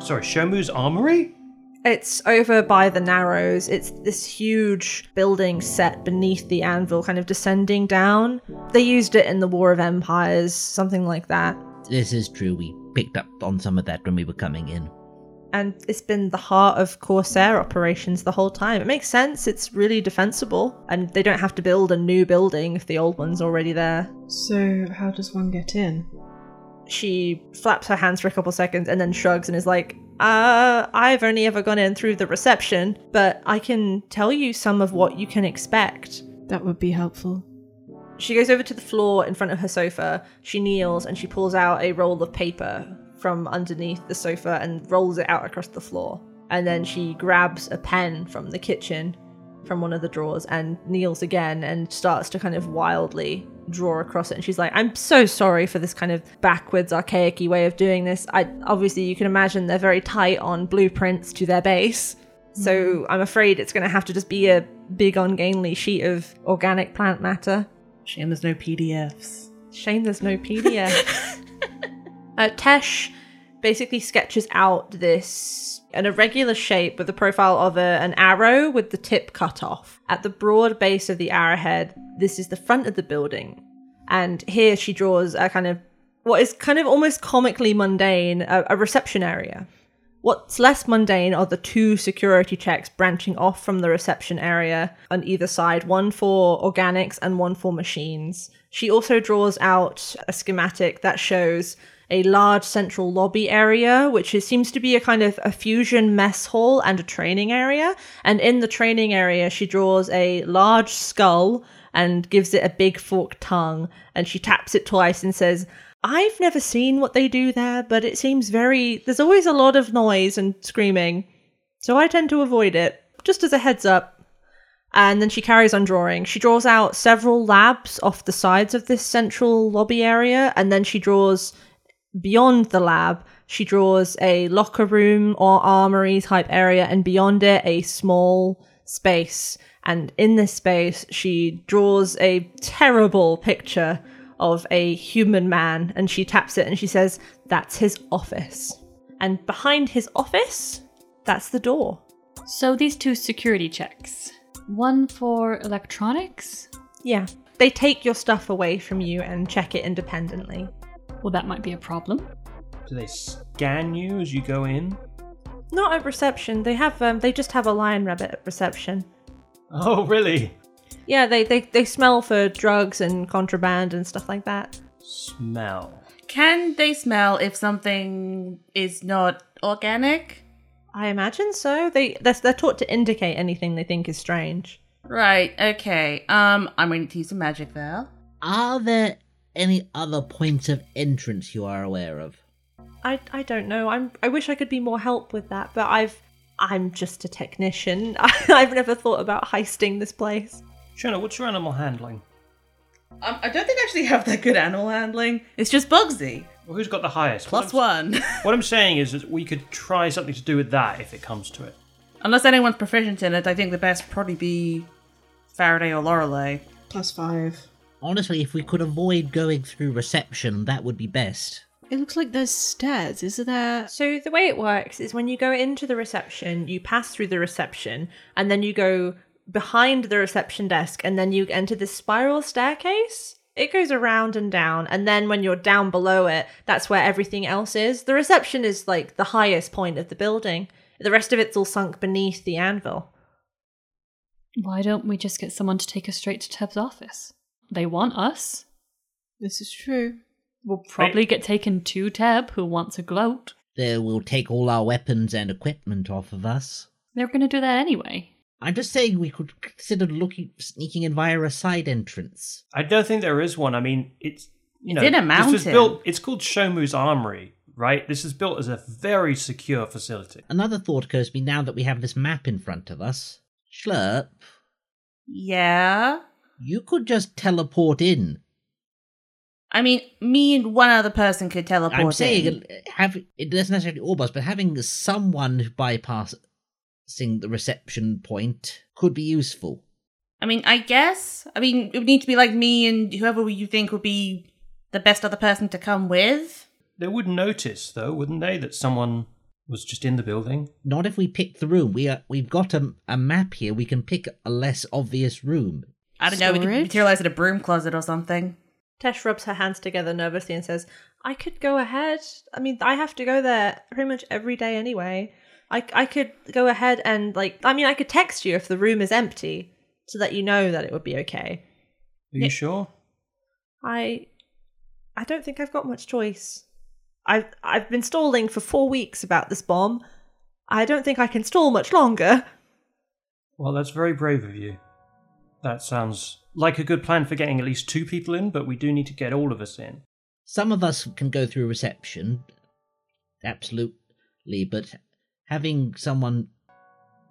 Sorry, Shomu's armory? It's over by the Narrows. It's this huge building set beneath the anvil, kind of descending down. They used it in the War of Empires, something like that. This is true. We picked up on some of that when we were coming in. And it's been the heart of Corsair operations the whole time. It makes sense. It's really defensible. And they don't have to build a new building if the old one's already there. So, how does one get in? She flaps her hands for a couple seconds and then shrugs and is like, uh, I've only ever gone in through the reception, but I can tell you some of what you can expect. That would be helpful. She goes over to the floor in front of her sofa. She kneels and she pulls out a roll of paper from underneath the sofa and rolls it out across the floor. And then she grabs a pen from the kitchen, from one of the drawers, and kneels again and starts to kind of wildly draw across it and she's like i'm so sorry for this kind of backwards archaic way of doing this i obviously you can imagine they're very tight on blueprints to their base so i'm afraid it's going to have to just be a big ungainly sheet of organic plant matter Shame there's no PDFs. shame there's no pdf uh, tesh basically sketches out this an irregular shape with the profile of a, an arrow with the tip cut off. At the broad base of the arrowhead, this is the front of the building. And here she draws a kind of what is kind of almost comically mundane a, a reception area. What's less mundane are the two security checks branching off from the reception area on either side, one for organics and one for machines. She also draws out a schematic that shows a large central lobby area, which is, seems to be a kind of a fusion mess hall and a training area. And in the training area, she draws a large skull and gives it a big forked tongue, and she taps it twice and says, I've never seen what they do there, but it seems very. There's always a lot of noise and screaming, so I tend to avoid it. Just as a heads up. And then she carries on drawing. She draws out several labs off the sides of this central lobby area, and then she draws beyond the lab. She draws a locker room or armory type area, and beyond it, a small space. And in this space, she draws a terrible picture of a human man and she taps it and she says, That's his office. And behind his office, that's the door. So these two security checks one for electronics? Yeah. They take your stuff away from you and check it independently. Well, that might be a problem. Do they scan you as you go in? Not at reception. They have um, they just have a lion rabbit at reception. Oh, really? Yeah, they, they they smell for drugs and contraband and stuff like that. Smell. Can they smell if something is not organic? I imagine so. They they're, they're taught to indicate anything they think is strange. Right, okay. Um, I'm going to use some magic there. Are there any other points of entrance you are aware of? I I don't know. I'm I wish I could be more help with that, but I've I'm just a technician. I've never thought about heisting this place. Shona, what's your animal handling? Um, I don't think I actually have that good animal handling. It's just Bugsy. Well, who's got the highest? Plus what one. I'm, what I'm saying is that we could try something to do with that if it comes to it. Unless anyone's proficient in it, I think the best would probably be Faraday or Lorelei. Plus five. Honestly, if we could avoid going through reception, that would be best. It looks like there's stairs, is there? So the way it works is when you go into the reception, you pass through the reception, and then you go behind the reception desk, and then you enter this spiral staircase. It goes around and down, and then when you're down below it, that's where everything else is. The reception is like the highest point of the building. The rest of it's all sunk beneath the anvil. Why don't we just get someone to take us straight to Teb's office? They want us. This is true. We'll probably get taken to Teb, who wants a gloat. They will take all our weapons and equipment off of us. They're going to do that anyway. I'm just saying we could consider looking, sneaking in via a side entrance. I don't think there is one. I mean, it's you know, It's in a This was mountain. built. It's called Shomu's Armory, right? This is built as a very secure facility. Another thought occurs to me now that we have this map in front of us. Schlurp, Yeah. you could just teleport in. I mean, me and one other person could teleport. I'm saying in. uh, have it doesn't necessarily all boss, but having someone who bypassing the reception point could be useful. I mean, I guess. I mean, it would need to be like me and whoever you think would be the best other person to come with. They would notice, though, wouldn't they, that someone was just in the building? Not if we pick the room. We are we've got a, a map here. We can pick a less obvious room. I don't know. We could Storage? materialize in a broom closet or something. Tesh rubs her hands together nervously and says, I could go ahead. I mean, I have to go there pretty much every day anyway. I, I could go ahead and, like, I mean, I could text you if the room is empty to let you know that it would be okay. Are you Yeah. sure? I. I don't think I've got much choice. I've, I've been stalling for four weeks about this bomb. I don't think I can stall much longer. Well, that's very brave of you. That sounds like a good plan for getting at least two people in, but we do need to get all of us in. Some of us can go through reception, absolutely, but having someone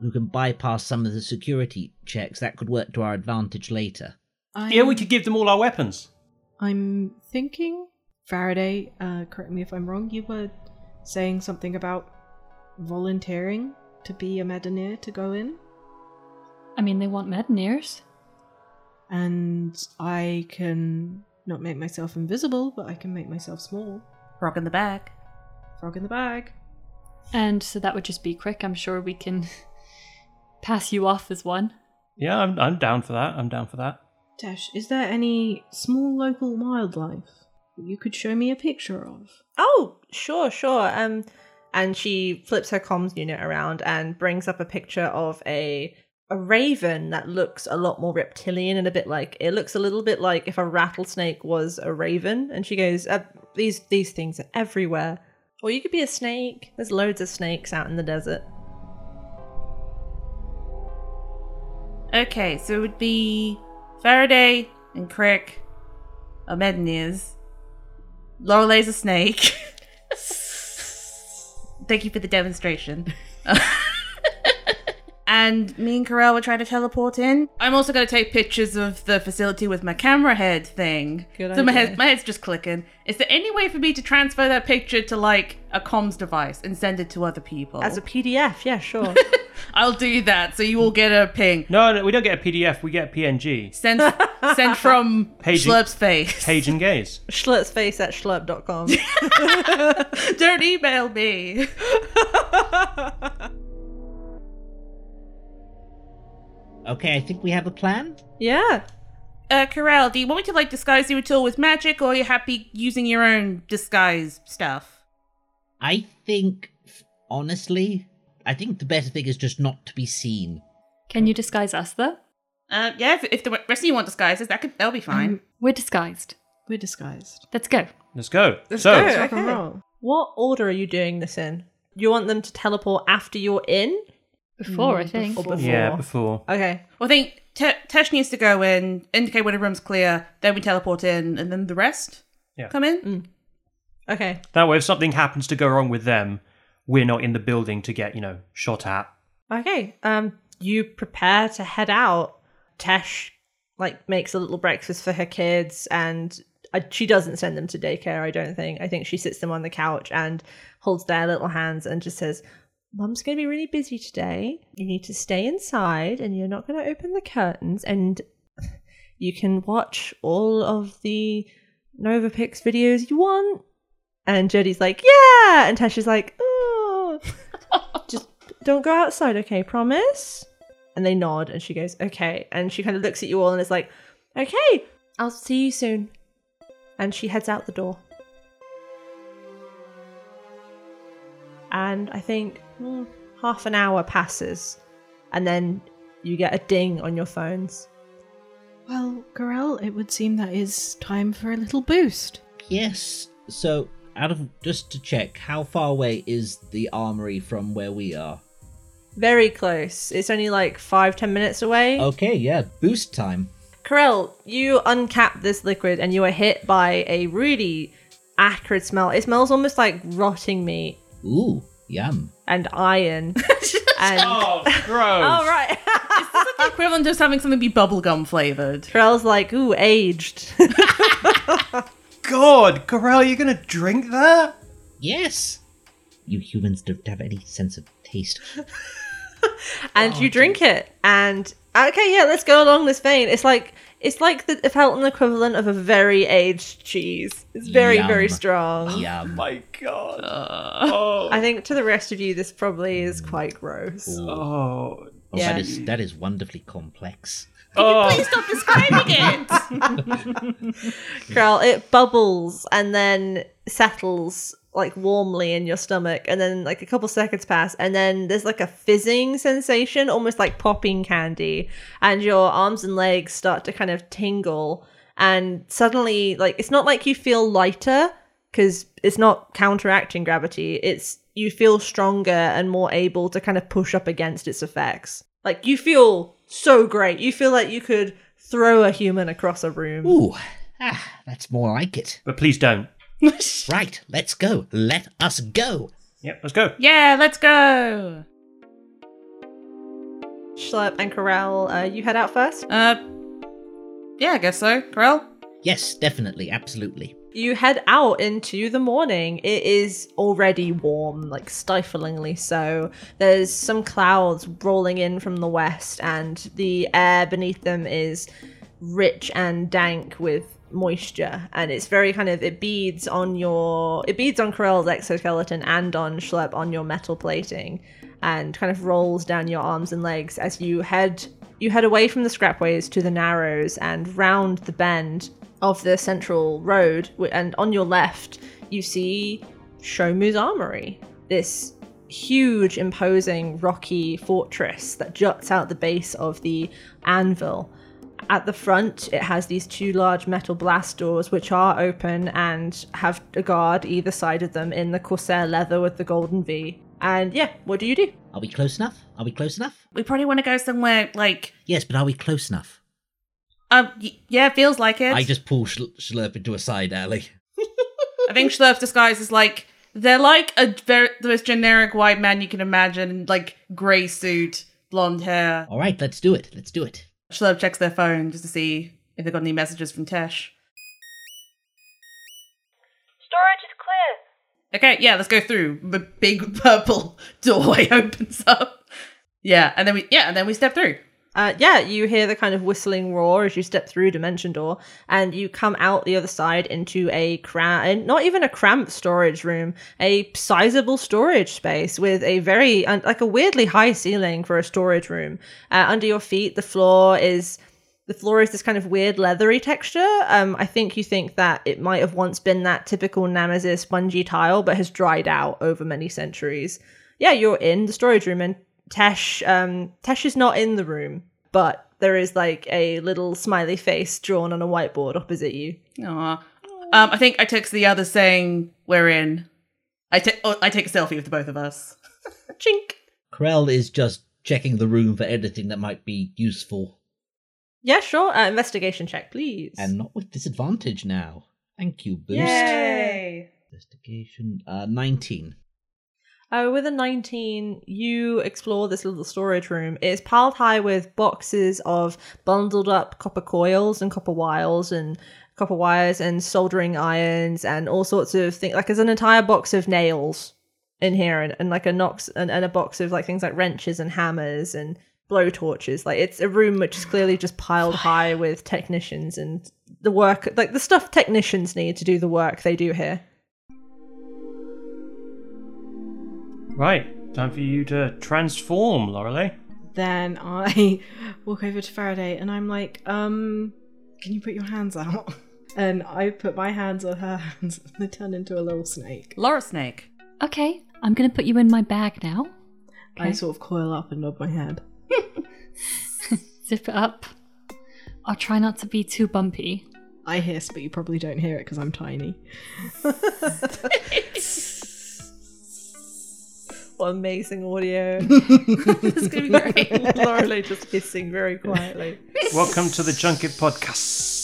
who can bypass some of the security checks that could work to our advantage later. I'm, Yeah, we could give them all our weapons. I'm thinking, Faraday, uh, correct me if I'm wrong, you were saying something about volunteering to be a Medineer to go in? I mean, they want Medineers. and I can not make myself invisible, but I can make myself small. Rock in the back. Frog in the bag. And so that would just be quick. I'm sure we can pass you off as one. Yeah, I'm, I'm down for that. I'm down for that. Dash, is there any small local wildlife that you could show me a picture of? Oh, sure, sure. Um, and she flips her comms unit around and brings up a picture of a a raven that looks a lot more reptilian and a bit like it looks a little bit like if a rattlesnake was a raven. And she goes, uh, "These these things are everywhere." Or you could be a snake. There's loads of snakes out in the desert. Okay, so it would be Faraday and Crick are Medineers. Lorelei's a snake. Thank you for the demonstration. and me and Corel were trying to teleport in. I'm also going to take pictures of the facility with my camera head thing. Good so my idea. head, my head's just clicking. Is there any way for me to transfer that picture to like a comms device and send it to other people? As a PDF, yeah, sure. I'll do that. So you all get a ping. No, no, we don't get a PDF. We get PNG. Sent sent from Paging- Schlurp's face. Page and gaze. Schlurp's face at schlurp.com. Don't email me. Okay, I think we have a plan. yeah. Uh, Corel, do you want me to like disguise you at all with magic, or are you happy using your own disguise stuff? I think, honestly, I think the better thing is just not to be seen. Can you disguise us, though? Uh, yeah, if, if the rest of you want disguises, that could that'll be fine. Um, We're disguised. We're disguised. Let's go. Let's go. Let's so, go. Let's rock and okay. roll. What order are you doing this in? You want them to teleport after you're in? Before, I Mm, think. before. yeah, before. Okay. Well, I think Te- Tesh needs to go in, indicate when the room's clear, then we teleport in, and then the rest Yeah. come in. Okay. That way, if something happens to go wrong with them, we're not in the building to get, you know, shot at. Okay. Um, you prepare to head out. Tesh like makes a little breakfast for her kids, and uh, she doesn't send them to daycare. I don't think. I think she sits them on the couch and holds their little hands and just says, "Mum's going to be really busy today. You need to stay inside, and you're not going to open the curtains, and you can watch all of the Novapix videos you want." And Jodie's like, "Yeah," and Tesh is like, "Oh." don't go outside, okay? Promise? And they nod, and she goes, okay. And she kind of looks at you all and is like, okay, I'll see you soon. And she heads out the door. And I think hmm, half an hour passes, and then you get a ding on your phones. Well, Corel, it would seem that is time for a little boost. Yes. So, out of just to check, how far away is the armory from where we are? Very close. It's only like five, ten minutes away. Okay, yeah, boost time. Corel, you uncap this liquid and you are hit by a really acrid smell. It smells almost like rotting meat Ooh, yum. and iron. and Oh, gross. oh right, Equivalent to just having something be bubblegum flavored. Corel's like ooh aged. God, Corral, you're gonna drink that? Yes. You humans don't have any sense of taste. Oh, and you drink it and okay yeah let's go along this vein it's like it's like the fountain equivalent of a very aged cheese it's very very Yum. strong Yum. My God. oh. i think to the rest of you this probably is quite gross Oh, oh. yeah. that is that is wonderfully complex. Oh. Stop describing it! Krell, it bubbles and then settles like warmly in your stomach and then like a couple seconds pass and then there's like a fizzing sensation almost like popping candy and your arms and legs start to kind of tingle and suddenly like it's not like you feel lighter because it's not counteracting gravity it's you feel stronger and more able to kind of push up against its effects like you feel so great you feel like you could throw a human across a room Ooh, ah, that's more like it. But please don't. Right, let's go. Let us go. Yep, let's go. yeah, let's go! Schlepp and Corral, uh, you head out first. Uh, yeah, I guess so. Corel? Yes, definitely, absolutely. You head out into the morning. It is already warm, like stiflingly so. There's some clouds rolling in from the west, and the air beneath them is rich and dank with moisture. And it's very kind of it beads on your it beads on Corell's exoskeleton and on Schlepp on your metal plating, and kind of rolls down your arms and legs as you head you head away from the scrapways to the narrows and round the bend of the central road, wh- and on your left, you see Shomu's armory. This huge, imposing, rocky fortress that juts out the base of the anvil. At the front, it has these two large metal blast doors, which are open and have a guard either side of them in the corsair leather with the golden V. And yeah, what do you do? Are we close enough? Are we close enough? We probably want to go somewhere like. Yes, but are we close enough? Um, y- yeah, feels like it. I just pull Schl- Schlurp into a side alley. I think Schlurf's disguise is like they're like a ver- the most generic white man you can imagine, like grey suit, blonde hair. All right, let's do it. Let's do it. Schlurf checks their phone just to see if they got any messages from Tesh. Storage is clear. Okay, yeah, let's go through. The big purple doorway opens up. Yeah, and then we yeah, and then we step through. Uh, yeah, you hear the kind of whistling roar as you step through Dimension Door, and you come out the other side into a cram- uh, not even a cramped storage room, a sizable storage space with a very, un- like a weirdly high ceiling for a storage room. Uh, under your feet, the floor is. The floor is this kind of weird leathery texture. Um, I think you think that it might have once been that typical Namazir spongy tile, but has dried out over many centuries yeah, you're in the storage room, and Tesh, um, Tesh is not in the room, but there is like a little smiley face drawn on a whiteboard opposite you. Aww. Um, I think I text the other saying we're in. I take oh, I take a selfie with the both of us. Chink. Corell is just checking the room for anything that might be useful, Yeah, sure. Uh, investigation check, please. and not with disadvantage now. Thank you, Boost. Yay. Investigation uh, 19. Uh, with a 19, you explore this little storage room. It's piled high with boxes of bundled up copper coils and copper wires and copper wires and soldering irons and all sorts of things. Like there's an entire box of nails in here and, and like a knox and, and a box of like things like wrenches and hammers and blow torches. Like it's a room which is clearly just piled high with technicians and the work like the stuff technicians need to do the work they do here. Right, time for you to transform, Lorelei. Then I walk over to Faraday and I'm like, um, can you put your hands out? And I put my hands on her hands and they turn into a little snake. Laura Snake. Okay, I'm gonna put you in my bag now. I Okay. sort of coil up and nod my head. Zip it up. I'll try not to be too bumpy. I hiss, but you probably don't hear it because I'm tiny. What amazing audio. It's gonna be great. Lorelei just hissing very quietly. Welcome to the Junket Podcast.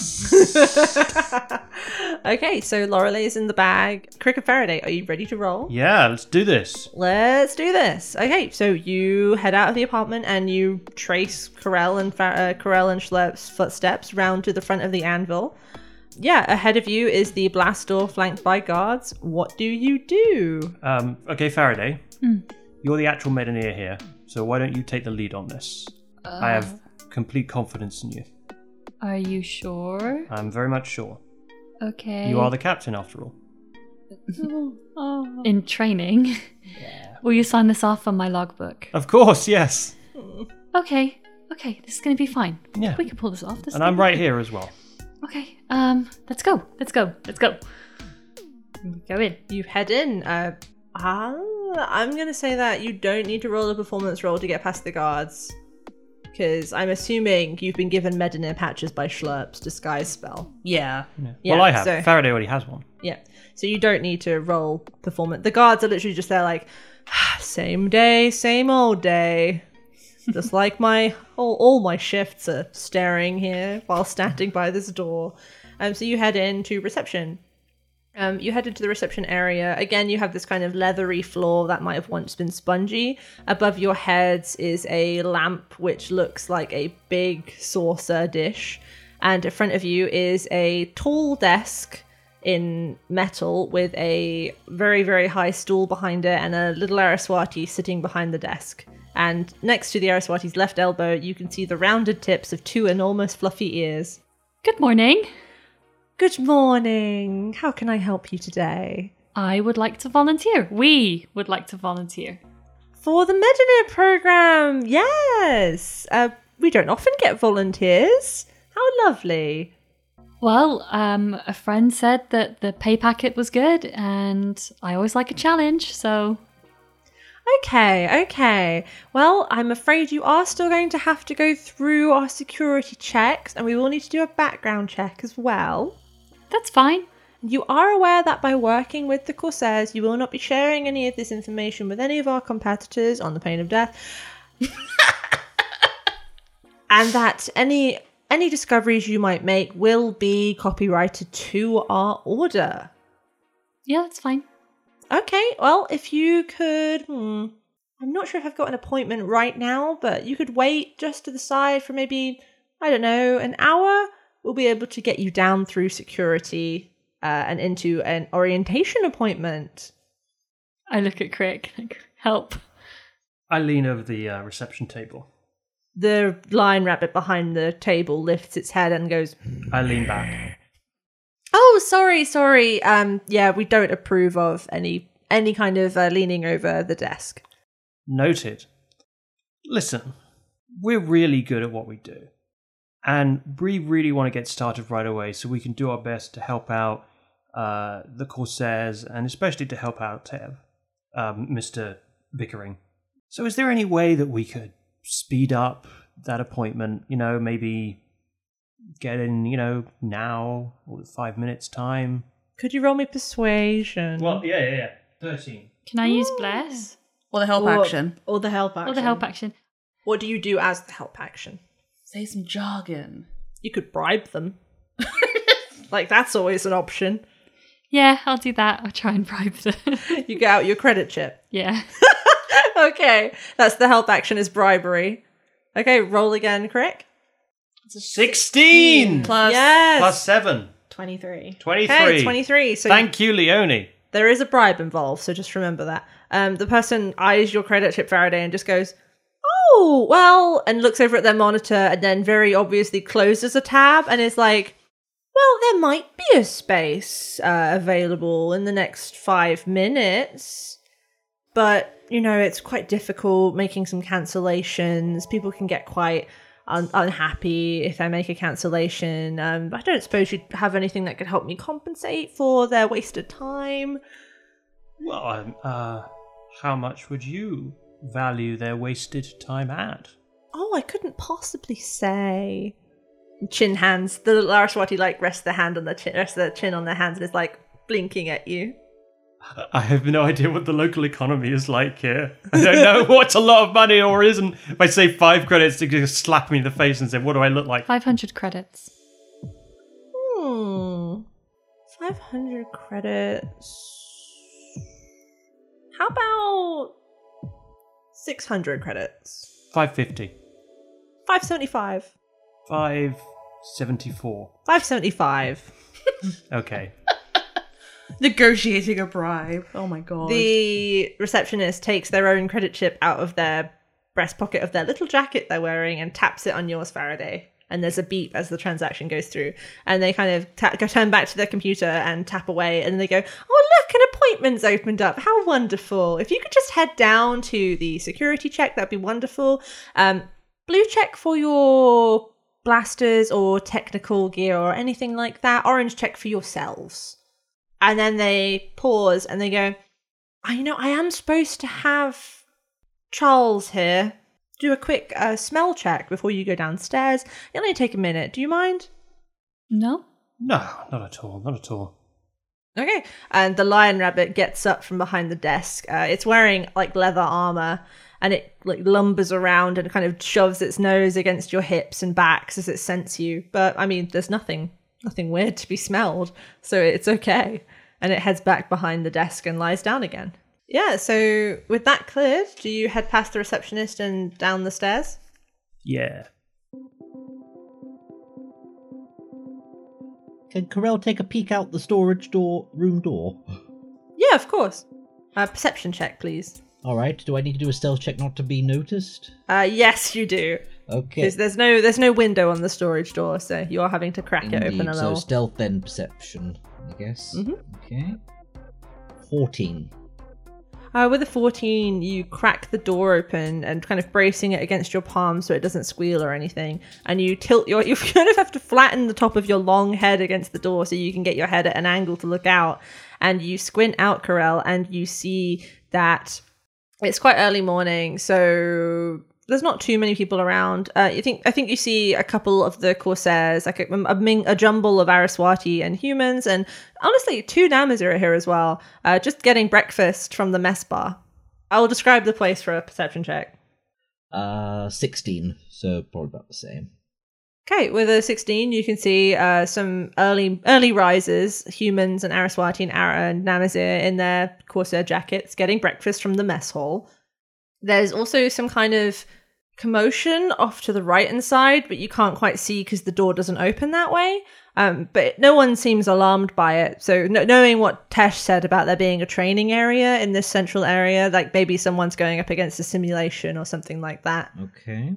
okay, so Lorelei is in the bag. Cricket Faraday, are you ready to roll? Yeah, let's do this. Let's do this. Okay, so you head out of the apartment and you trace Corell and Fa- uh, Corell and Schlepp's footsteps round to the front of the anvil. Yeah, ahead of you is the blast door flanked by guards. What do you do? Um, okay, Faraday, Hmm. you're the actual Medinir here, so why don't you take the lead on this? I Uh. have complete confidence in you. Are you sure? I'm very much sure. Okay. You are the captain, after all. in training. Will you sign this off on my logbook? Of course, yes. Okay. Okay, this is gonna be fine. Yeah. We can pull this off. This And is I'm gonna right be- here as well. Okay. Um. Let's go. Let's go. Let's go. Go in. You head in. Uh, ah, I'm gonna say that you don't need to roll a performance roll to get past the guards, because I'm assuming you've been given Medinir patches by Schlurp's disguise spell. Yeah. Yeah. Yeah, well, I have. so- Faraday already has one. Yeah. So you don't need to roll performance. The guards are literally just there, like, same day, same old day. just like my all, all my shifts are staring here while standing by this door. Um, so you head into reception. Um, you head into the reception area. Again, you have this kind of leathery floor that might have once been spongy. Above your heads is a lamp which looks like a big saucer dish. And in front of you is a tall desk in metal with a very, very high stool behind it and a little Araswati sitting behind the desk. And next to the Araswati's left elbow, you can see the rounded tips of two enormous fluffy ears. Good morning. Good morning. How can I help you today? I would like to volunteer. We would like to volunteer. For the Medinir program, yes. Uh, we don't often get volunteers. How lovely. Well, um, a friend said that the pay packet was good, and I always like a challenge, so Okay, okay. Well, I'm afraid you are still going to have to go through our security checks, and we will need to do a background check as well. that's fine. You are aware that by working with the Corsairs, you will not be sharing any of this information with any of our competitors on the pain of death. and that any any discoveries you might make will be copyrighted to our order. Yeah, that's fine. Okay, well, if you could. Hmm, I'm not sure if I've got an appointment right now, but you could wait just to the side for maybe, I don't know, an hour. We'll be able to get you down through security uh, and into an orientation appointment. I look at Crick. Like, Help. I lean over the uh, reception table. The lion rabbit behind the table lifts its head and goes, I lean back. Oh, sorry, sorry. Um, yeah, we don't approve of any any kind of uh, leaning over the desk. Noted. Listen, we're really good at what we do. And we really want to get started right away so we can do our best to help out uh, the Corsairs and especially to help out Tev, um, Mr. Bickering. So, is there any way that we could speed up that appointment? You know, maybe get in, you know, now or five minutes' time? Could you roll me persuasion? Well, yeah, yeah, yeah. 13. Can I use bless Or the help Or- action. Or the help action. or the help action? What do you do as the help action? Say some jargon. You could bribe them. like that's always an option. Yeah, I'll do that. I'll try and bribe them. You get out your credit chip. yeah. okay, that's the help action is bribery. Okay, roll again, Crick. 16! Plus yes. Plus 7. 23. 23. Okay, 23. So Thank you, Leone. there is a bribe involved, so just remember that. Um, the person eyes your credit chip Faraday and just goes, "Oh, well," and looks over at their monitor and then very obviously closes a tab and is like, "Well, there might be a space uh, available in the next five minutes, but you know it's quite difficult making some cancellations. People can get quite." Un- unhappy if I make a cancellation. Um, I don't suppose you'd have anything that could help me compensate for their wasted time. Well, um, uh, how much would you value their wasted time at? Oh, I couldn't possibly say. Chin hands. The Laraswati like rests their hand on their chin, rests their chin on their hands, and is like blinking at you. I have no idea what the local economy is like here. I don't know what's a lot of money or isn't. If I say five credits, they just slap me in the face and say, "What do I look like?" 500 credits. Hmm. 500 credits. How about 600 credits? Five fifty. 575. Five seventy-four. 575. Okay. Negotiating a bribe. Oh my god. The receptionist takes their own credit chip out of their breast pocket of their little jacket they're wearing and taps it on yours, Faraday. And there's a beep as the transaction goes through. And they kind of ta- go turn back to their computer and tap away. And they go, Oh, look, an appointment's opened up. How wonderful. If you could just head down to the security check, that'd be wonderful. Um, blue check for your blasters or technical gear or anything like that. Orange check for yourselves and then they pause and they go, "I you know I am supposed to have Charles here do a quick uh, smell check before you go downstairs. It'll only take a minute. Do you mind?" No? No, not at all. Not at all. Okay. And the lion rabbit gets up from behind the desk. Uh, it's wearing like leather armor and it like lumbers around and kind of shoves its nose against your hips and backs as it scents you. But I mean, there's nothing nothing weird to be smelled, so it's okay. And it heads back behind the desk and lies down again. Yeah, so with that cleared, do you head past the receptionist and down the stairs? Yeah. Can Corel take a peek out the storage door room door? Yeah, of course. Uh, perception check, please. All right. Do I need to do a stealth check not to be noticed? Uh, yes, you do. Okay. 'Cause there's no there's no window on the storage door, so you are having to crack it Indeed, open a So little. stealth then perception, I guess. Mm-hmm. Okay. Fourteen. Uh, with a 14, you crack the door open and kind of bracing it against your palm so it doesn't squeal or anything. And you tilt your, you kind of have to flatten the top of your long head against the door so you can get your head at an angle to look out. And you squint out, Corel, and you see that it's quite early morning, so there's not too many people around. Uh, you think I think you see a couple of the corsairs, like a, a, ming, a jumble of Araswati and humans, and honestly, two Namas are here as well, uh, just getting breakfast from the mess bar. I will describe the place for a perception check. Uh, sixteen. So probably about the same. Okay, with a 16, you can see uh, some early early risers, humans and Araswati and Ara and Namazir in their corsair jackets, getting breakfast from the mess hall. There's also some kind of commotion off to the right hand side, but you can't quite see because the door doesn't open that way. Um, but no one seems alarmed by it. So kn- knowing what Tesh said about there being a training area in this central area, like maybe someone's going up against a simulation or something like that. Okay.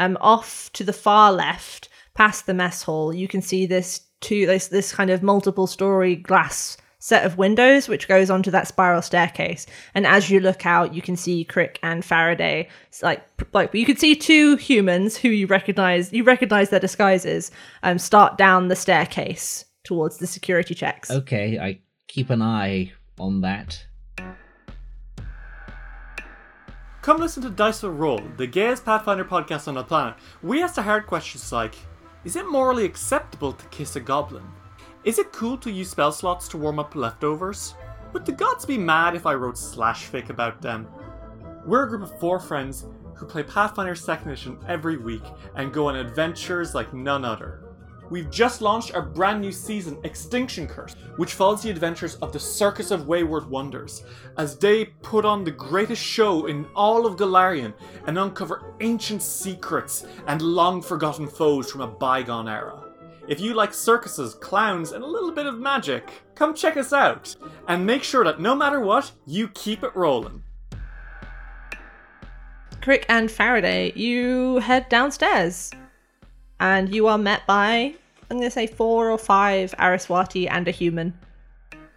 Um, off to the far left, past the mess hall, you can see this two this this kind of multiple story glass set of windows which goes onto that spiral staircase. And as you look out, you can see Crick and Faraday. It's like like you could see two humans who you recognize you recognize their disguises um start down the staircase towards the security checks. Okay. I keep an eye on that. Come listen to Dice for Roll, the gayest Pathfinder podcast on the planet. We asked the hard questions like Is it morally acceptable to kiss a goblin? Is it cool to use spell slots to warm up leftovers? Would the gods be mad if I wrote slash fic about them? We're a group of four friends who play Pathfinder 2nd Edition every week and go on adventures like none other. We've just launched our brand new season, Extinction Curse, which follows the adventures of the Circus of Wayward Wonders as they put on the greatest show in all of Galarian and uncover ancient secrets and long forgotten foes from a bygone era. If you like circuses, clowns, and a little bit of magic, come check us out and make sure that no matter what, you keep it rolling. Crick and Faraday, you head downstairs and you are met by, I'm going to say, four or five Araswati and a human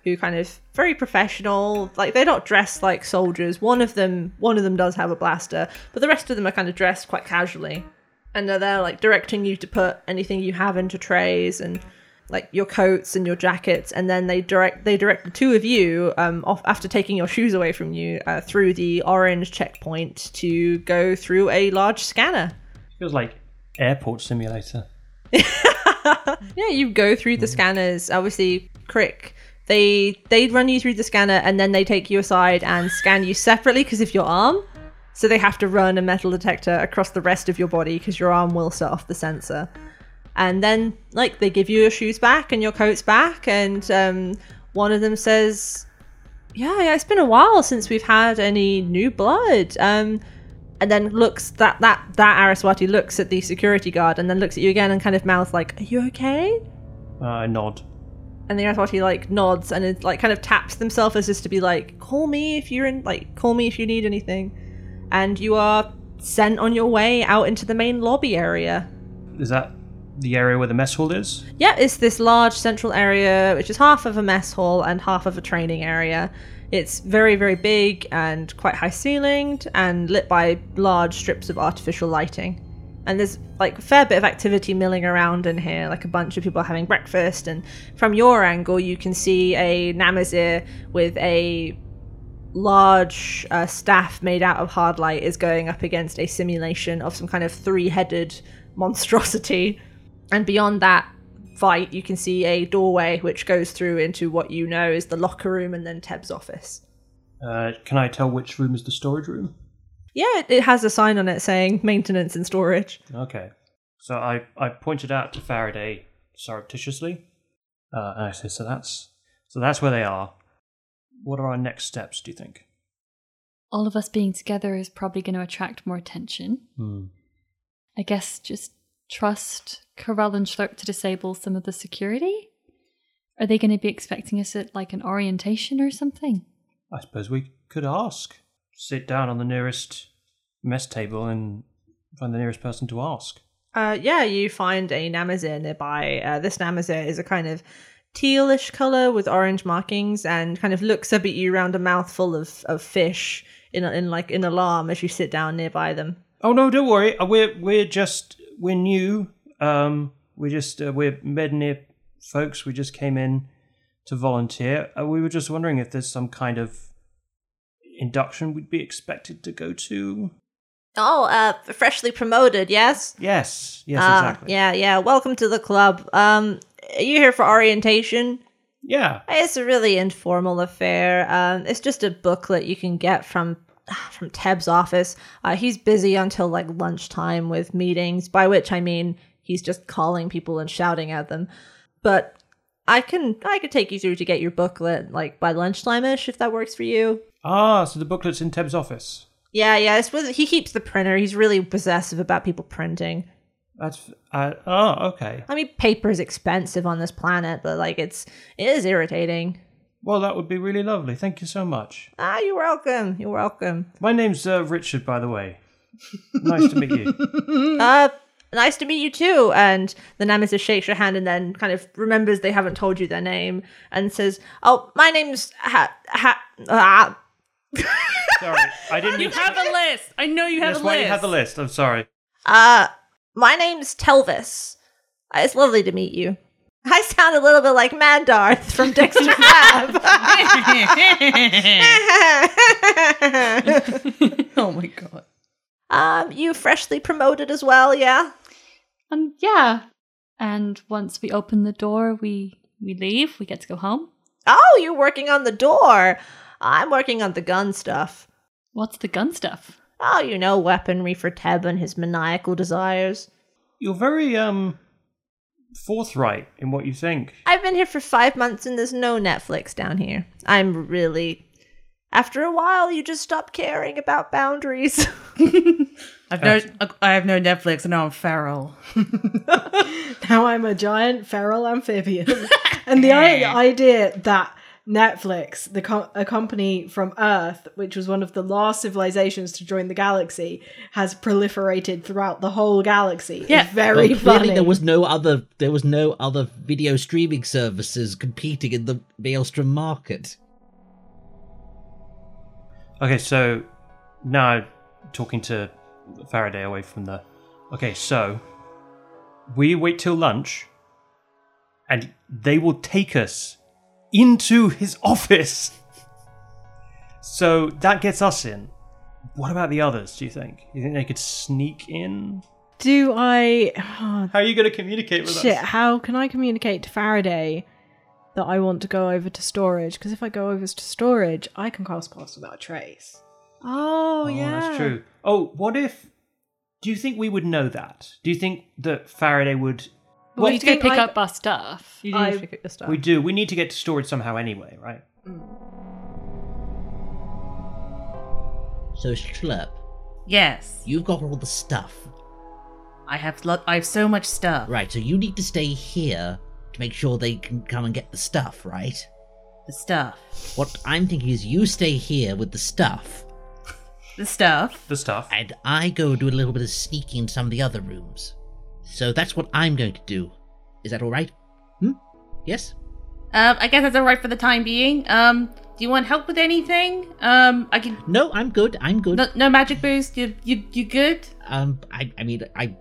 who kind of very professional like they're not dressed like soldiers one of them one of them does have a blaster but the rest of them are kind of dressed quite casually and they're there like directing you to put anything you have into trays and like your coats and your jackets and then they direct they direct the two of you um off after taking your shoes away from you uh, through the orange checkpoint to go through a large scanner Feels like airport simulator. yeah, you go through the scanners. Obviously, Crick They they run you through the scanner and then they take you aside and scan you separately because of your arm. So they have to run a metal detector across the rest of your body because your arm will set off the sensor. And then like they give you your shoes back and your coats back and um, one of them says, "Yeah, yeah, it's been a while since we've had any new blood." Um, and then looks that that that Araswati looks at the security guard and then looks at you again and kind of mouths like, "Are you okay?" Uh, I nod. and the Araswati like nods and it like kind of taps themselves as just to be like, call me if you're in, like, call me if you need anything. And you are sent on your way out into the main lobby area. Is that the area where the mess hall is? Yeah, it's this large central area, which is half of a mess hall and half of a training area. It's very, very big and quite high ceilinged and lit by large strips of artificial lighting. And there's like a fair bit of activity milling around in here, like a bunch of people are having breakfast. And from your angle, you can see a Namazir with a large uh, staff made out of hard light is going up against a simulation of some kind of three headed monstrosity. And beyond that fight, you can see a doorway which goes through into what you know is the locker room and then Teb's office. Uh, can I tell which room is the storage room? Yeah, it, it has a sign on it saying maintenance and storage. Okay. So I, I pointed out to Faraday surreptitiously. Uh, and I said, so that's so that's where they are. What are our next steps? Do you think? All of us being together is probably going to attract more attention. Hmm. I guess just trust Corell and Schlurp to disable some of the security? Are they going to be expecting us at like an orientation or something? I suppose we could ask. Sit down on the nearest mess table and find the nearest person to ask. Uh, yeah, you find a Namazir nearby. Uh, this Namazir is a kind of tealish color with orange markings and kind of looks up at you round a mouthful of, of fish in, in like in alarm as you sit down nearby them. Oh no, don't worry. Uh, We're we're just we're new. Um, we just uh, we're Mednir folks. We just came in to volunteer. Uh, we were just wondering if there's some kind of induction we'd be expected to go to. Oh, uh, freshly promoted, yes? Yes, yes, Ah, exactly. Yeah, yeah. Welcome to the club. Um, are you here for orientation? yeah. It's a really informal affair. Um, it's just a booklet you can get from ah, from Teb's office. Uh, he's busy until like lunchtime with meetings, by which I mean he's just calling people and shouting at them. But I can I could take you through to get your booklet like by lunchtime ish if that works for you. Ah, so the booklet's in Teb's office. Yeah, yeah. It's with, he keeps the printer. He's really possessive about people printing. That's uh, oh okay. I mean, paper is expensive on this planet, but like it's it is irritating. Well, that would be really lovely. Thank you so much. Ah, you're welcome. You're welcome. My name's uh, Richard, by the way. nice to meet you. Uh, nice to meet you too. And the Nemesis shakes your hand and then kind of remembers they haven't told you their name and says, "Oh, my name's ha ha." Ah. Sorry, I didn't. You mean to- have a list. I know you have That's a why list. you have the list. I'm sorry. Uh, my name's Telvis. Uh, It's lovely to meet you. I sound a little bit like Mandarth from Dexter Lab. oh my god. um, you freshly promoted as well, yeah? Um, yeah. And once we open the door, we we leave. We get to go home. Oh, you're working on the door. I'm working on the gun stuff. What's the gun stuff? Oh, you know, weaponry for Teb and his maniacal desires. You're very um forthright in what you think. I've been here for five months and there's no Netflix down here. I'm really. After a while, you just stop caring about boundaries. I've no, I have no Netflix, and now I'm feral. Now I'm a giant feral amphibian. and the i- idea that Netflix, the co- a company from Earth, which was one of the last civilizations to join the galaxy, has proliferated throughout the whole galaxy Yeah. is very Well, clearly funny. there was no other there was no other video streaming services competing in the Maelstrom market. Okay, so now talking to Faraday away from the. Okay, so we wait till lunch, and they will take us into his office. So that gets us in. What about the others? Do you think? You think they could sneak in? Do I. oh, How are you going to communicate with shit, us? how can I communicate to Faraday that I want to go over to storage because if I go over to storage, I can cast pass without a trace. Oh, Oh, yeah. that's true. Oh, what if? Do you think we would know that? Do you think that Faraday would? We need to go think pick I- up our stuff. You do I- need to pick up your stuff. We do. We need to get to storage somehow anyway, right? So Schlurp, Yes, you've got all the stuff. I have. Lo- I have so much stuff. Right, so you need to stay here to make sure they can come and get the stuff, right? The stuff. What I'm thinking is you stay here with the stuff, The stuff. The stuff. and I go do a little bit of sneaking in some of the other rooms. So that's what I'm going to do. Is that all right? Hmm? Yes? Um, I guess that's all right for the time being. Um, do you want help with anything? Um, I can. No, I'm good. I'm good. No, no magic boost. You, you, you good? Um, I, I mean, I,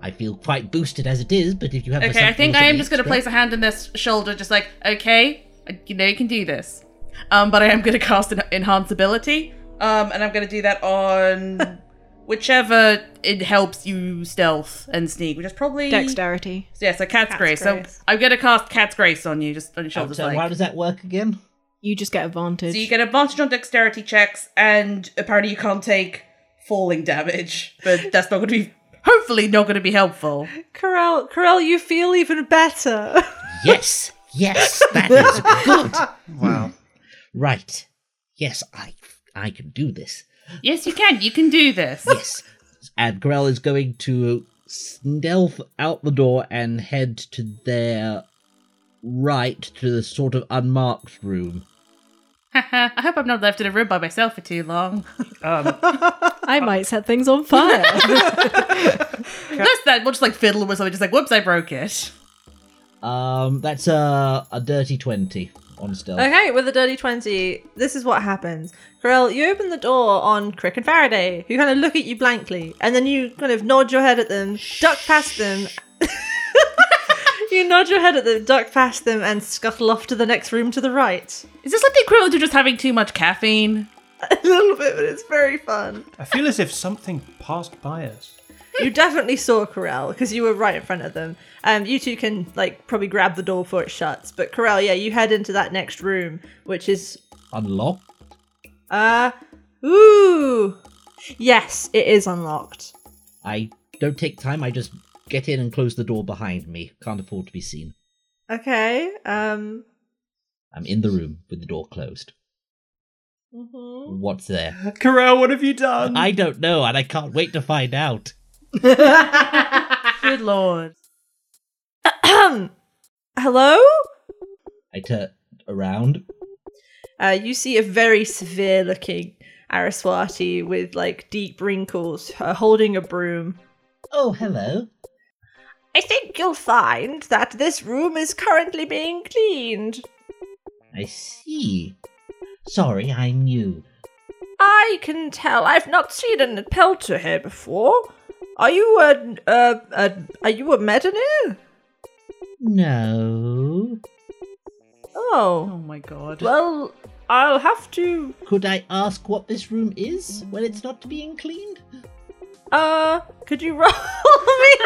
I feel quite boosted as it is, but if you have Okay, I think I am just gonna place place a hand on this shoulder, just like, okay, I- you know you can do this. Um, but I am gonna cast an enhance ability. Um, and I'm gonna do that on whichever it helps you stealth and sneak, which is probably Dexterity. Yeah, so cat's, Cat's grace. Grace. So I'm gonna cast cat's grace on you, just on your shoulders, So like. how does that work again? You just get advantage. so you get advantage on dexterity checks, and apparently you can't take falling damage, but that's not gonna be. Hopefully, not going to be helpful. Corel, Corel, you feel even better. Yes, yes, that is good. Wow. Right. Yes, I, I can do this. Yes, you can. You can do this. Yes. and Grell is going to stealth out the door and head to their right to the sort of unmarked room. I hope I'm not left in a room by myself for too long. Um, I might set things on fire. That's that. We'll just like fiddle with something, just like, whoops, I broke it. Um, that's a a dirty twenty on stealth. Okay, with a dirty 20, this is what happens. Corel, you open the door on Crick and Faraday, who kind of look at you blankly, and then you kind of nod your head at them, duck past them. you nod your head at them, duck past them, and scuttle off to the next room to the right. Is this like the equivalent to just having too much caffeine? A little bit, but it's very fun. I feel as if something passed by us. You definitely saw Corel, because you were right in front of them. Um, you two can, like, probably grab the door before it shuts, but Corel, yeah, you head into that next room, which is Unlock. Uh, ooh. Yes, it is unlocked. I don't take time. I just get in and close the door behind me. Can't afford to be seen. Okay. Um. I'm in the room with the door closed. What's there? Corel, what have you done? I don't know, and I can't wait to find out. Good lord. Hello. I turn around. Uh, you see a very severe-looking Araswati with like deep wrinkles, uh, holding a broom. Oh, hello. I think you'll find that this room is currently being cleaned. I see. Sorry, I'm new. I can tell. I've not seen an pelter here before. Are you a, uh, a are you a medinir? No. Oh Oh, my god. well, I'll have to Could I ask what this room is when it's not being cleaned? Uh, could you roll me?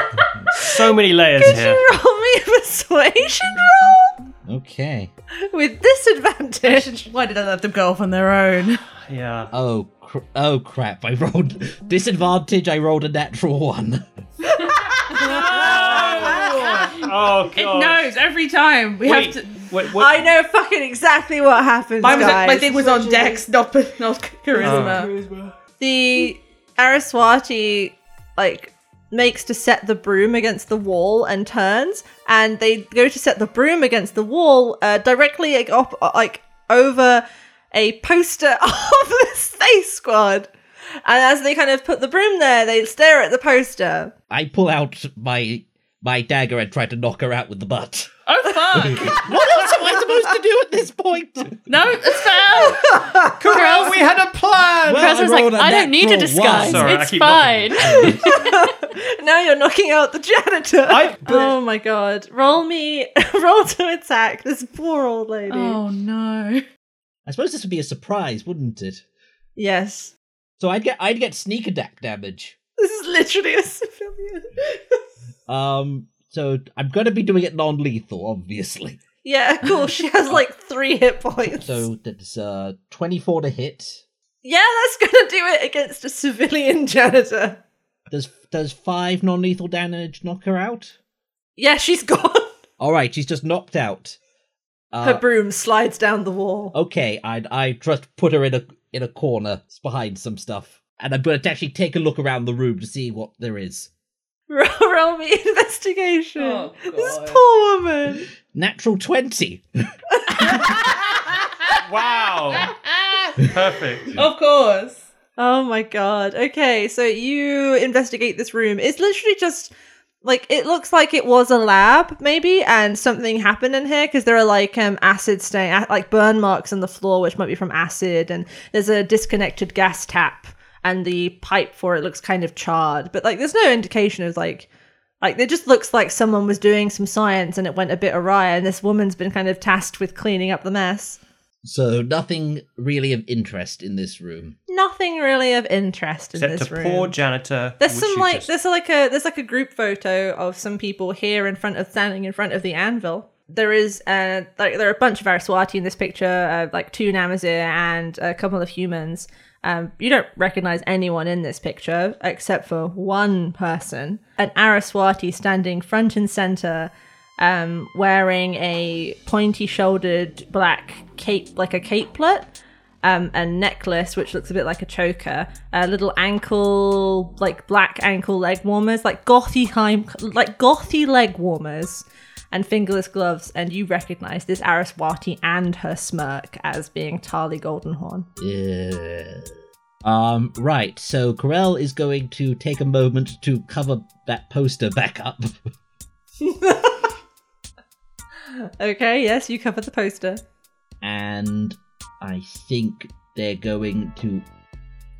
so many layers Could here. you roll me a persuasion roll Okay. with disadvantage? Why did I let them go off on their own? Yeah. Oh, cr- oh crap! I rolled disadvantage. I rolled a natural one. Oh It knows every time. We Wait, have to. wait, what? I know fucking exactly what happens, Mine was, guys. my thing was on Dex, not, not Oh, charisma. the Araswati like makes to set the broom against the wall and turns, and they go to set the broom against the wall uh, directly like, op- like over a poster of the Space Squad. And as they kind of put the broom there, they stare at the poster. I pull out my my dagger and try to knock her out with the butt. Oh fuck! What else am I supposed to do at this point? no, it's fair. Corel, we had a plan. Well, Krauser's rolled like, a I don't need a natural disguise. Sorry, I it's keep fine. Now you're knocking out the janitor. I- oh my god. Roll me. Roll to attack this poor old lady. oh no. I suppose this would be a surprise, wouldn't it? Yes. So I'd get I'd get sneak attack damage. This is literally a civilian. Um, so I'm gonna be doing it non-lethal, obviously. Yeah, cool. She has like three hit points. So that's uh, 24 to hit. yeah, that's gonna do it against a civilian janitor. Does does five non-lethal damage knock her out? Yeah, she's gone. All right, she's just knocked out. Her Uh, oh. broom slides down the wall. okay, I I just put her in a in a corner behind some stuff, and I'm going to actually take a look around the room to see what there is. Roll, roll me investigation. Oh, this God. poor woman. Natural twenty. Wow. Perfect. Of course. Oh my god. Okay, so you investigate this room. It's literally just like it looks like it was a lab, maybe, and something happened in here because there are like um acid stain, a- like burn marks on the floor, which might be from acid, and there's a disconnected gas tap, and the pipe for it looks kind of charred, but like there's no indication of like. Like it just looks like someone was doing some science and it went a bit awry, and this woman's been kind of tasked with cleaning up the mess. So nothing really of interest in this room. Nothing really of interest in Except this a room. poor janitor. There's which some you like just- there's like a there's like a group photo of some people here in front of standing in front of the anvil. There is uh like there are a bunch of Araswati in this picture, uh, like two Namazir and a couple of humans. Um, you don't recognize anyone in this picture except for one person, an Araswati standing front and center, um, wearing a pointy-shouldered black cape, like a capelet, um, a necklace which looks a bit like a choker, a little ankle like black ankle leg warmers, like gothy time, like gothy leg warmers, and fingerless gloves. And you recognise this Araswati and her smirk as being Tali Goldenhorn. Yeah. Um. Right. So Corell is going to take a moment to cover that poster back up. Okay, yes, you covered the poster. and I think they're going to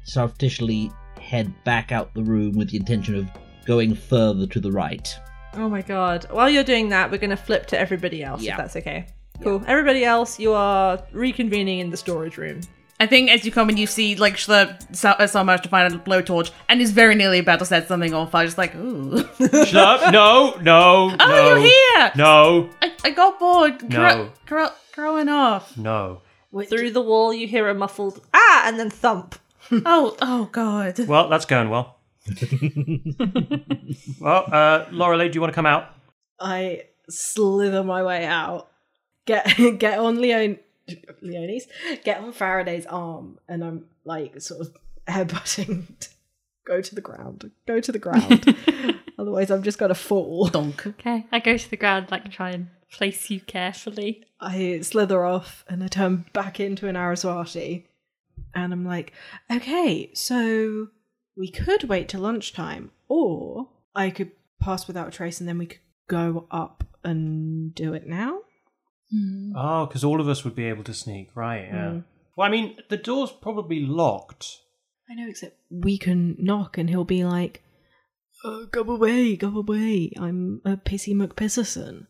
surreptitiously head back out the room with the intention of going further to the right. Oh my god! While you're doing that, we're gonna flip to everybody else. Yeah. If that's okay. Cool. Everybody else, you are reconvening in the storage room. I think as you come and you see like Schlurp so- uh, so much to find a blowtorch and is very nearly about to set something on fire, just like, ooh. Shut up. No, no, no. Oh, you're here! No, I, I got bored. No. Grow- growing off. no. Through the wall, you hear a muffled ah, and then thump. Oh, oh god. Well, that's going well. well, uh, Laura Lee, do you want to come out? I slither my way out. Get get on Leon Leonie's get on Faraday's arm and I'm like sort of airbutting to go to the ground. Go to the ground. Otherwise I'm just gonna fall. Donk. Okay, I go to the ground, like try and place you carefully. I slither off and I turn back into an Araswati. And I'm like, okay, so we could wait till lunchtime, or I could pass without a trace and then we could go up and do it now. Oh, because all of us would be able to sneak, right? Yeah. Mm. Well, I mean, the door's probably locked. I know, except we can knock and he'll be like, oh, go away, go away, I'm a pissy McPissison.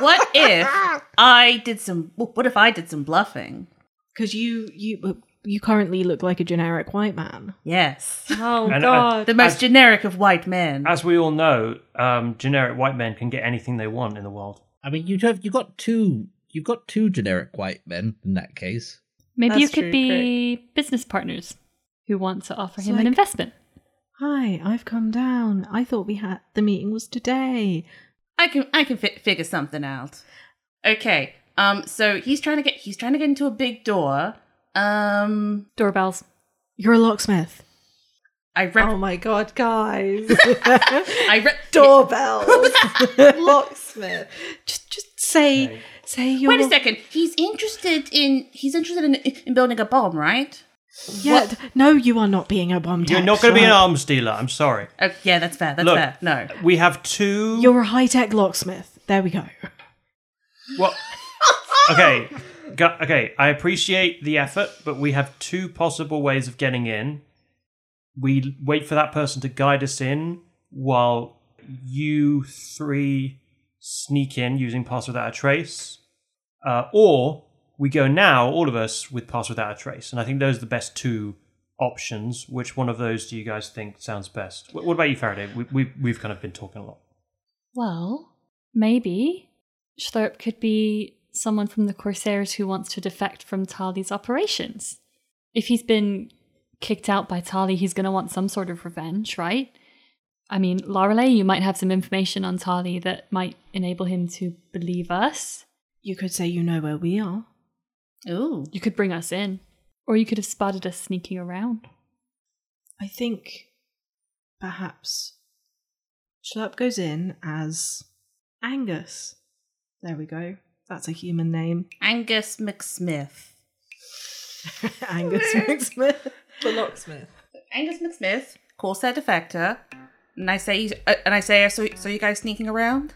What if I did some? What if I did some bluffing? Because you, you, uh, you currently look like a generic white man. Yes, Oh And I- god! the most generic of white men. As we all know, um, generic white men can get anything they want in the world. I mean, you have you got two you have got two generic white men in that case. Maybe you That's could true, be business partners who want to offer It's him an like- investment. Hi, I've come down. I thought we had the meeting was today. I can I can fi- figure something out. Okay. Um. So he's trying to get he's trying to get into a big door. Um. Doorbells. You're a locksmith. I rep- oh my god, guys! I re- Doorbell, locksmith. Just just say say you're Wait a second. He's interested in he's interested in in building a bomb, right? Yeah, d- no, you are not being a bomb You're tech, not going to be an Charlotte. arms dealer. I'm sorry. Oh, yeah, that's fair. That's Look, fair. No. We have two. You're a high tech locksmith. There we go. Well, okay, Go- okay. I appreciate the effort, but we have two possible ways of getting in. We wait for that person to guide us in, while you three sneak in using pass without a trace, uh, or we go now, all of us with pass without a trace. And I think those are the best two options. Which one of those do you guys think sounds best? Wh- What about you, Faraday? We, we, we've kind of been talking a lot. Well, maybe Schlurp could be someone from the Corsairs who wants to defect from Tali's operations. If he's been kicked out by Tali, he's going to want some sort of revenge, right? I mean, Lorelei, you might have some information on Tali that might enable him to believe us. You could say you know where we are. Ooh. You could bring us in, or you could have spotted us sneaking around. I think perhaps Schlurp goes in as Angus. There we go. That's a human name. Angus McSmith. Angus Smith. The locksmith. Angus McSmith, Corsair defector, and I say, uh, and I say, I saw, saw you guys sneaking around.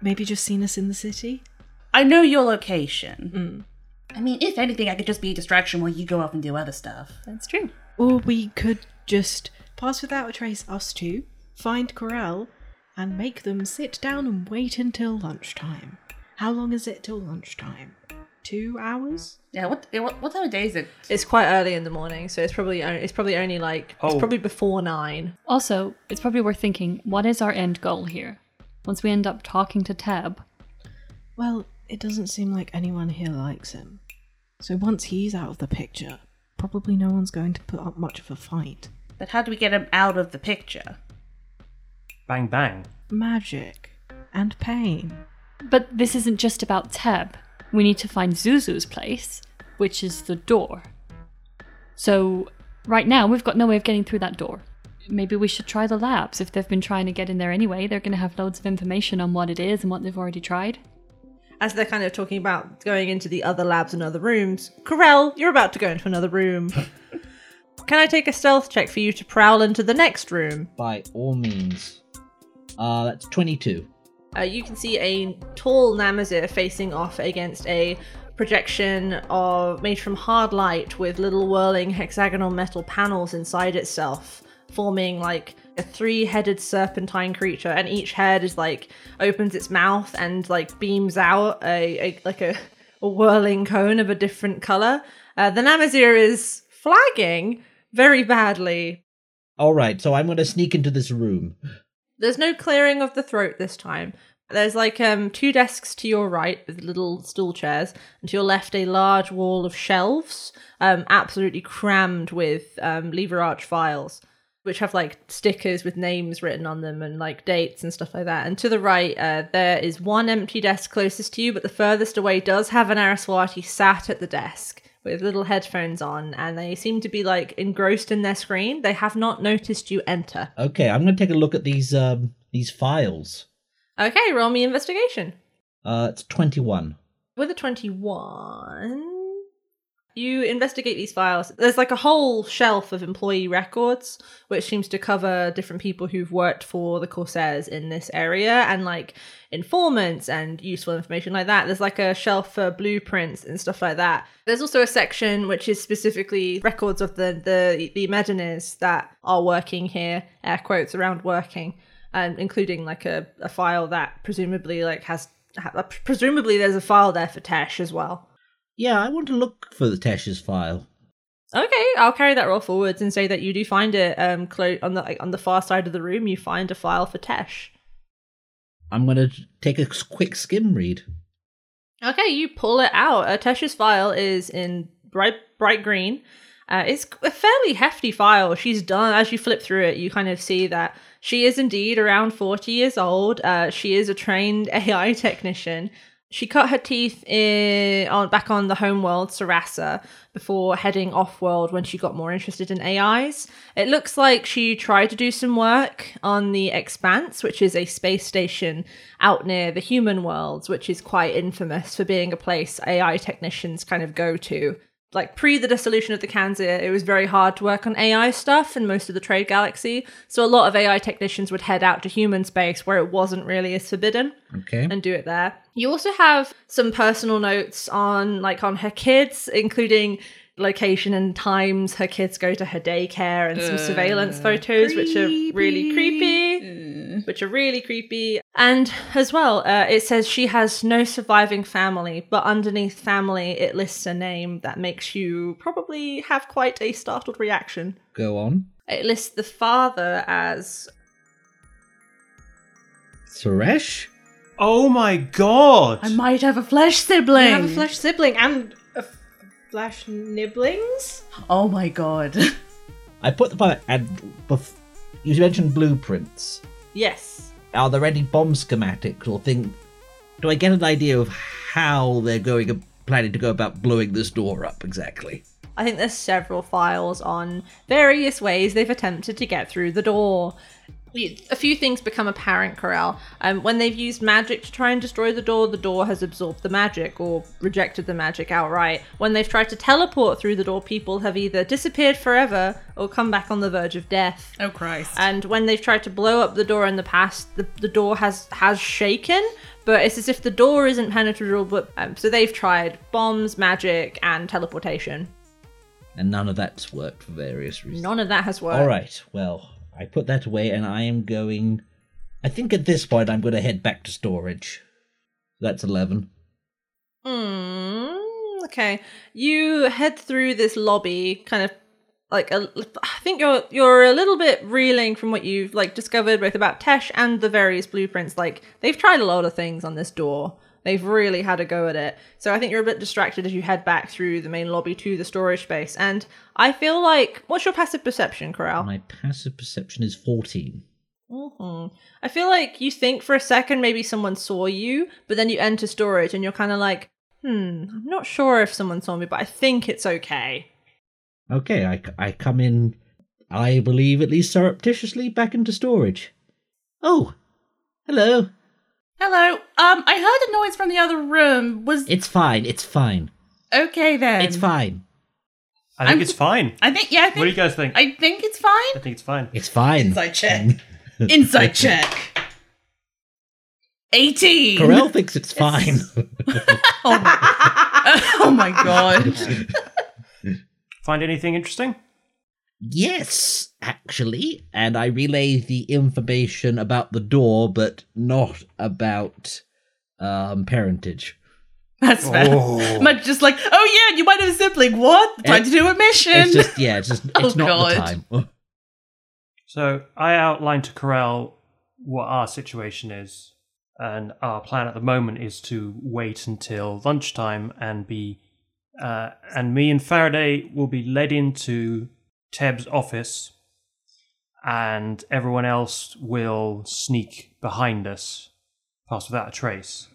Maybe just seen us in the city. I know your Mm. location. I mean, if anything, I could just be a distraction while you go off and do other stuff. That's true. Or we could just pass without a trace us two, find Corel, and make them sit down and wait until lunchtime. How long is it till lunchtime? Two hours? Yeah. What? yeah, What, what time of day is it? It's quite early in the morning, so it's probably on- it's probably only like Oh. it's probably before nine. Also, it's probably worth thinking what is our end goal here? Once we end up talking to Tab, Well, it doesn't seem like anyone here likes him. So once he's out of the picture, probably no one's going to put up much of a fight. But how do we get him out of the picture? Bang bang. Magic and pain. But this isn't just about Teb. We need to find Zuzu's place, which is the door. So, right now, we've got no way of getting through that door. Maybe we should try the labs. If they've been trying to get in there anyway, they're going to have loads of information on what it is and what they've already tried. As they're kind of talking about going into the other labs and other rooms, Corel, you're about to go into another room. Can I take a stealth check for you to prowl into the next room? By all means. Uh, that's 22. Uh, you can see a tall Namazir facing off against a projection of made from hard light with little whirling hexagonal metal panels inside itself, forming like a three-headed serpentine creature, and each head is like opens its mouth and like beams out a, a like a, a whirling cone of a different color. Uh, the Namazir is flagging very badly Alright, so I'm gonna sneak into this room. there's no clearing of the throat this time. There's like um two desks to your right with little stool chairs, and to your left a large wall of shelves, um, absolutely crammed with um, lever arch files, which have like stickers with names written on them and like dates and stuff like that. And to the right, uh, there is one empty desk closest to you, but the furthest away does have an Araswati sat at the desk with little headphones on, and they seem to be like engrossed in their screen. They have not noticed you enter. Okay, I'm gonna take a look at these um these files. Okay, roll me investigation. Uh, it's 21. With a 21, you investigate these files. There's like a whole shelf of employee records, which seems to cover different people who've worked for the Corsairs in this area and like informants and useful information like that. There's like a shelf for blueprints and stuff like that. There's also a section which is specifically records of the the, the Mediners that are working here, air quotes around working um, including like a, a file that presumably like has ha- presumably there's a file there for Tesh as well. Yeah, I want to look for the Tesh's file. Okay, I'll carry that roll forwards and say that you do find it um clo- on the like, on the far side of the room. You find a file for Tesh. I'm gonna take a s- quick skim read. Okay, you pull it out. Uh, Tesh's file is in bright bright green. Uh, it's a fairly hefty file. She's done. As you flip through it, you kind of see that she is indeed around 40 years old. Uh, she is a trained AI technician. She cut her teeth in, on back on the homeworld Sarasa before heading off world when she got more interested in AIs. It looks like she tried to do some work on the Expanse, which is a space station out near the human worlds, which is quite infamous for being a place AI technicians kind of go to like pre the dissolution of the Kanzir, it was very hard to work on AI stuff in most of the trade galaxy. So a lot of AI technicians would head out to human space where it wasn't really as forbidden Okay. and do it there. You also have some personal notes on like on her kids, including location and times her kids go to her daycare and some surveillance photos which are really creepy which are really creepy and as well uh, it says she has no surviving family but underneath family it lists a name that makes you probably have quite a startled reaction Go on. it lists the father as Suresh? Oh my god! I might have a flesh sibling. You have a flesh sibling and a f- flesh nibblings. Oh my god. I put the pilot and bef- you mentioned blueprints. Yes. Are there any bomb schematics or thing? Do I get an idea of how they're going planning to go about blowing this door up exactly? I think there's several files on various ways they've attempted to get through the door. A few things become apparent, Corel. Um, when they've used magic to try and destroy the door, the door has absorbed the magic or rejected the magic outright. When they've tried to teleport through the door, people have either disappeared forever or come back on the verge of death. Oh Christ. And when they've tried to blow up the door in the past, the, the door has has shaken, but it's as if the door isn't penetrable. But um, so they've tried bombs, magic, and teleportation. And none of that's worked for various reasons. None of that has worked. All right. Well, I put that away, and I am going. I think at this point I'm going to head back to storage. That's eleven. Mm, okay. You head through this lobby, kind of like a, I think you're you're a little bit reeling from what you've like discovered both about Tesh and the various blueprints. Like they've tried a lot of things on this door. They've really had a go at it. So I think you're a bit distracted as you head back through the main lobby to the storage space. And I feel like what's your passive perception, Corral? My passive perception is fourteen. Mhm. I feel like you think for a second maybe someone saw you, but then you enter storage and you're kind of like, hmm, I'm not sure if someone saw me, but I think it's okay. Okay, I, c- I come in. I believe at least surreptitiously back into storage. Oh, hello. Hello. Um, I heard a noise from the other room. Was It's fine. It's fine. okay then. It's fine. I think I'm- it's fine. I think. Yeah. I think, What do you guys think? I think it's I fine. think it's fine. It's fine. Inside check. Inside check. Eighteen. Corel thinks it's fine. Oh my, oh my god. Find anything interesting? yes, actually. And I relay the information about the door, but not about um, parentage. That's fair. Much just like, oh yeah, you might have a sibling. What? Time to do a mission. It's just, yeah, it's just, it's Oh, not the God. time. So I outlined to Corral what our situation is, and our plan at the moment is to wait until lunchtime and be, uh, and me and Faraday will be led into Teb's office, and everyone else will sneak behind us, pass without a trace,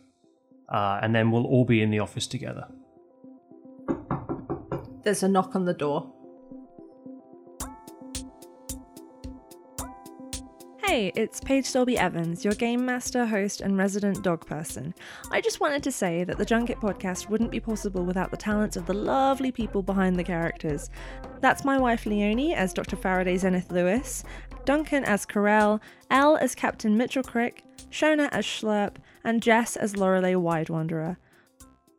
uh, and then we'll all be in the office together. There's a knock on the door. Hey, it's Paige Dolby Evans, your game master, host, and resident dog person. I just wanted to say that the Junket podcast wouldn't be possible without the talents of the lovely people behind the characters. That's my wife Leonie as Dr. Faraday Zenith Lewis, Duncan as Corell, Elle as Captain Mitchell Crick, Shona as Schlurp, and Jess as Lorelei Wide Wanderer.